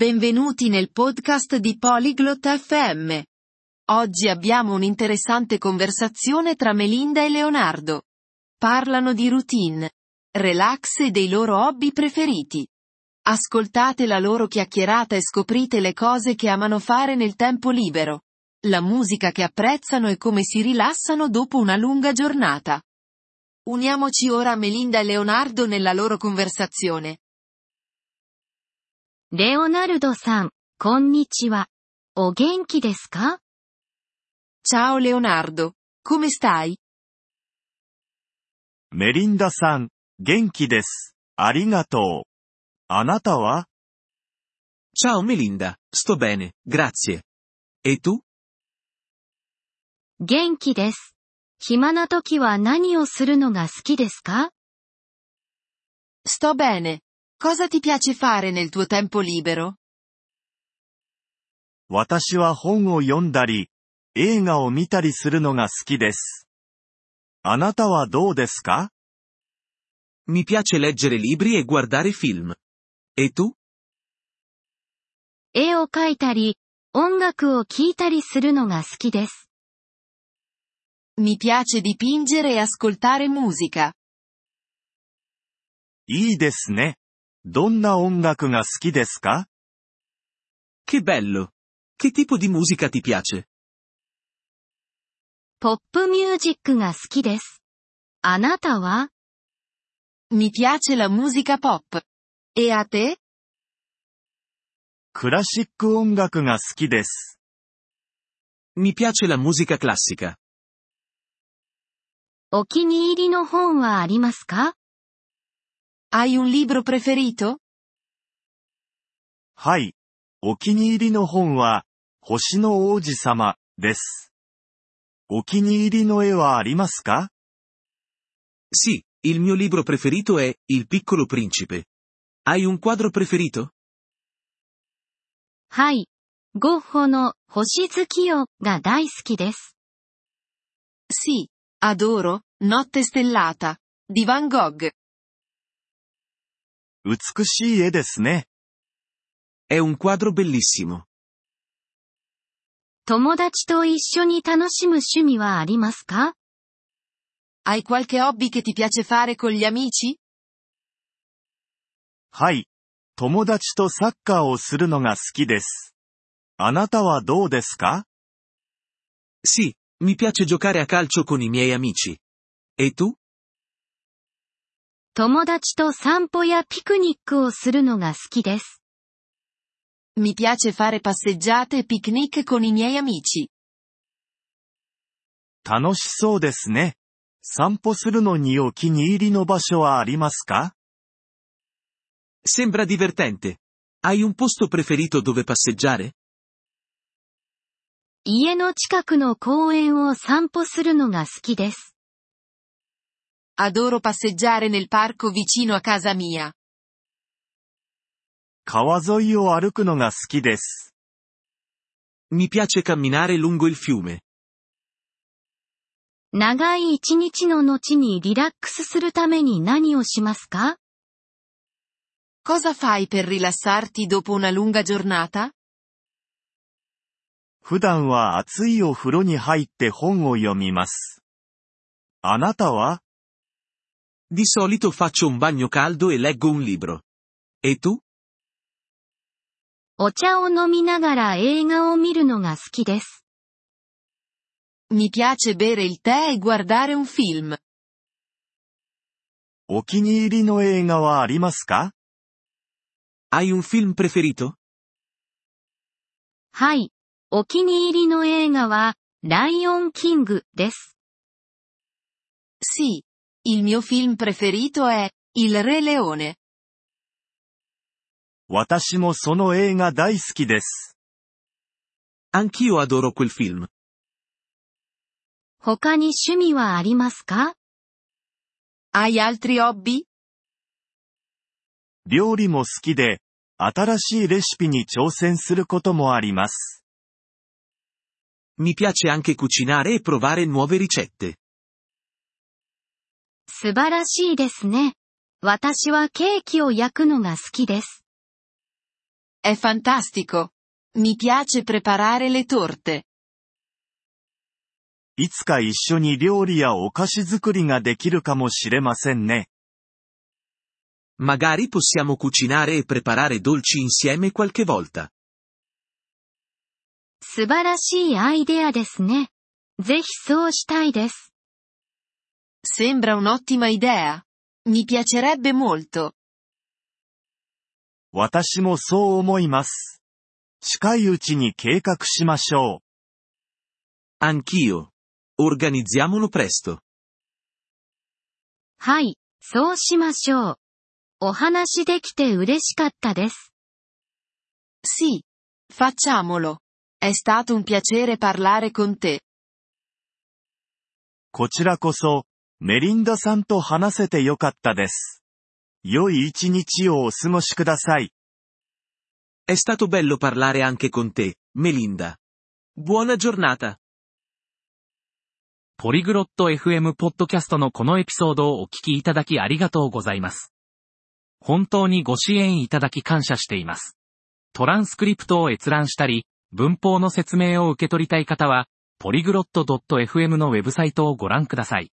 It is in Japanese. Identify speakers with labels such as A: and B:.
A: Benvenuti nel podcast di Polyglot FM. Oggi abbiamo un'interessante conversazione tra Melinda e Leonardo. Parlano di routine, relax e dei loro hobby preferiti. Ascoltate la loro chiacchierata e scoprite le cose che amano fare nel tempo libero, la musica che apprezzano e come si rilassano dopo una lunga giornata. Uniamoci ora a Melinda e Leonardo nella loro conversazione.
B: レオナルドさん、こんにちは。お元気ですか
A: Ciao Leonardo, come stai?
C: メリンダさん、元気です。ありがとう。あなたは
D: Ciao Melinda, sto bene, grazie. E tu?
B: 元気です。暇な時は何をするのが好きですか
A: Sto bene. Cosa ti piace fare nel tuo tempo libero?
C: 私は本を読んだり、映画を見たりするのが好きです。あなたはどうですか
D: Mi piace leggere libri e guardare film. E tu?
B: 絵を描いたり、音楽を聴いたりするのが好きです。
A: Mi piace dipingere e ascoltare musica.
C: いいですね。どんな音楽が好きですか
D: Che bello! Che tipo di musica ti piace?
B: ポップミュージックが好きです。あなたは
A: Mi piace la musica pop. E a te?
C: クラシック音楽が好きです。
D: Mi piace la musica classica.
B: お気に入りの本はありますか
A: Hai un libro preferito?
C: はい。お気に入りの本は、星の王子様、です。お気に入りの絵はありますか
D: Sì, il mio libro preferito è Il piccolo principe. Hai un quadro preferito?
B: はい。ゴッホの星月夜が大好きです。
A: Sì. Adoro, Notte stellata. Di Van Gogh.
C: 美しい絵ですね。
D: È un quadro bellissimo.
B: 友達と一緒に楽しむ趣味はありますか
A: Hai qualche hobby che ti piace fare con gli amici?
C: はい。友達とサッカーをするのが好きです。あなたはどうですか
D: Sì, mi piace giocare a calcio con i miei amici. E tu?
B: 友達と散歩やピクニックをするのが好きです。
A: Mi piace fare passeggiate e picnic con i miei amici.
C: 楽しそうですね。散歩するのにお気に入りの場所はありますか
D: Sembra divertente. Hai un posto preferito dove passeggiare?
B: 家の近くの公園を散歩するのが好きです。
A: Adoro passeggiare nel parco vicino a casa mia.
C: 川沿いを歩くのが好きです。
D: Mi piace camminare lungo il fiume.
B: 長い一日の後にリラックスするために何をしますか
A: Cosa fai per rilassarti dopo una lunga giornata?
C: 普段は暑いお風呂に入って本を読みます。あなたは
D: Di solito faccio un bagno caldo e leggo un libro. E tu?
B: お茶を飲みながら映画を見るのが好きです。
A: Mi piace bere il tè e guardare un film.
C: お気に入りの映画はありますか
D: Hai un film preferito?
B: はい。お気に入りの映画は、ライオンキングです。
A: Sì. Il mio film preferito è Il Re Leone.
C: 私もその映画大好きです。
D: Anch'io adoro quel film.
B: 他に趣味はありますか
A: Hai altri hobby?
C: 料理も好きで、新しいレシピに挑戦することもあります。
D: Mi piace anche cucinare e provare nuove ricette.
B: 素晴らしいですね。私はケーキを焼くのが好きです。
A: È fantastico. Mi piace preparare le torte.
C: いつか一緒に料理やお菓子作りができるかもしれませんね。
D: Magari possiamo cucinare e preparare dolci insieme qualche volta.
B: 素晴らしいアイデアですね。ぜひそうしたいです。
A: Sembra un'ottima idea. Mi piacerebbe molto.
C: 私もそう思います。近いうちに計画しましょう。
D: Anch'io. Organizziamolo presto.
B: はい、そうしましょう。お話できて嬉しかったです。
A: Sì. Facciamolo. È stato un piacere parlare con te.
C: こちらこそ、メリンダさんと話せてよかったです。良い一日をお過ごしください。
D: È stato bello parlare anche con te, Melinda. Buona giornata.
E: ポリグロット FM ポッドキャストのこのエピソードをお聞きいただきありがとうございます。本当にご支援いただき感謝しています。トランスクリプトを閲覧したり、文法の説明を受け取りたい方は、ポリグロット .fm のウェブサイトをご覧ください。